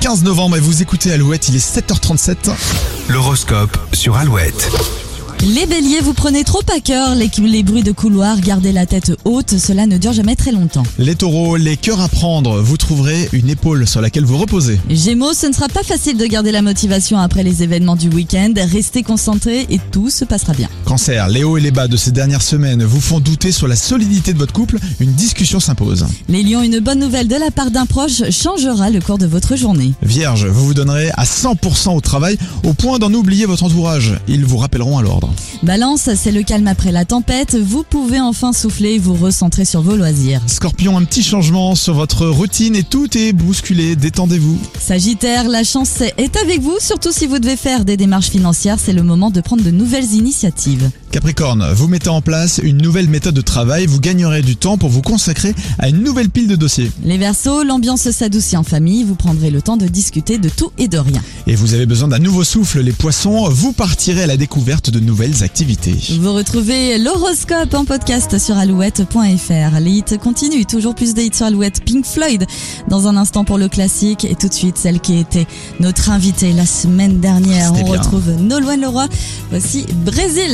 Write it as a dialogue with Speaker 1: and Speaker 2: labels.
Speaker 1: 15 novembre et vous écoutez Alouette, il est 7h37.
Speaker 2: L'horoscope sur Alouette.
Speaker 3: Les béliers, vous prenez trop à cœur les, les bruits de couloir, gardez la tête haute, cela ne dure jamais très longtemps.
Speaker 1: Les taureaux, les cœurs à prendre, vous trouverez une épaule sur laquelle vous reposez.
Speaker 3: Gémeaux, ce ne sera pas facile de garder la motivation après les événements du week-end, restez concentrés et tout se passera bien.
Speaker 1: Cancer, les hauts et les bas de ces dernières semaines vous font douter sur la solidité de votre couple, une discussion s'impose.
Speaker 3: Les lions, une bonne nouvelle de la part d'un proche changera le cours de votre journée.
Speaker 1: Vierge, vous vous donnerez à 100% au travail au point d'en oublier votre entourage, ils vous rappelleront à l'ordre.
Speaker 3: Balance, c'est le calme après la tempête, vous pouvez enfin souffler et vous recentrer sur vos loisirs.
Speaker 1: Scorpion, un petit changement sur votre routine et tout est bousculé, détendez-vous.
Speaker 3: Sagittaire, la chance est avec vous, surtout si vous devez faire des démarches financières, c'est le moment de prendre de nouvelles initiatives.
Speaker 1: Capricorne, vous mettez en place une nouvelle méthode de travail, vous gagnerez du temps pour vous consacrer à une nouvelle pile de dossiers.
Speaker 3: Les Verseaux, l'ambiance s'adoucit en famille, vous prendrez le temps de discuter de tout et de rien.
Speaker 1: Et vous avez besoin d'un nouveau souffle, les poissons, vous partirez à la découverte de nouvelles activités.
Speaker 3: Vous retrouvez l'horoscope en podcast sur alouette.fr. Les hits continuent, toujours plus de hits sur Alouette, Pink Floyd dans un instant pour le classique et tout de suite celle qui était notre invitée la semaine dernière.
Speaker 1: C'était
Speaker 3: On
Speaker 1: bien.
Speaker 3: retrouve Nolwenn Leroy, voici Brésil.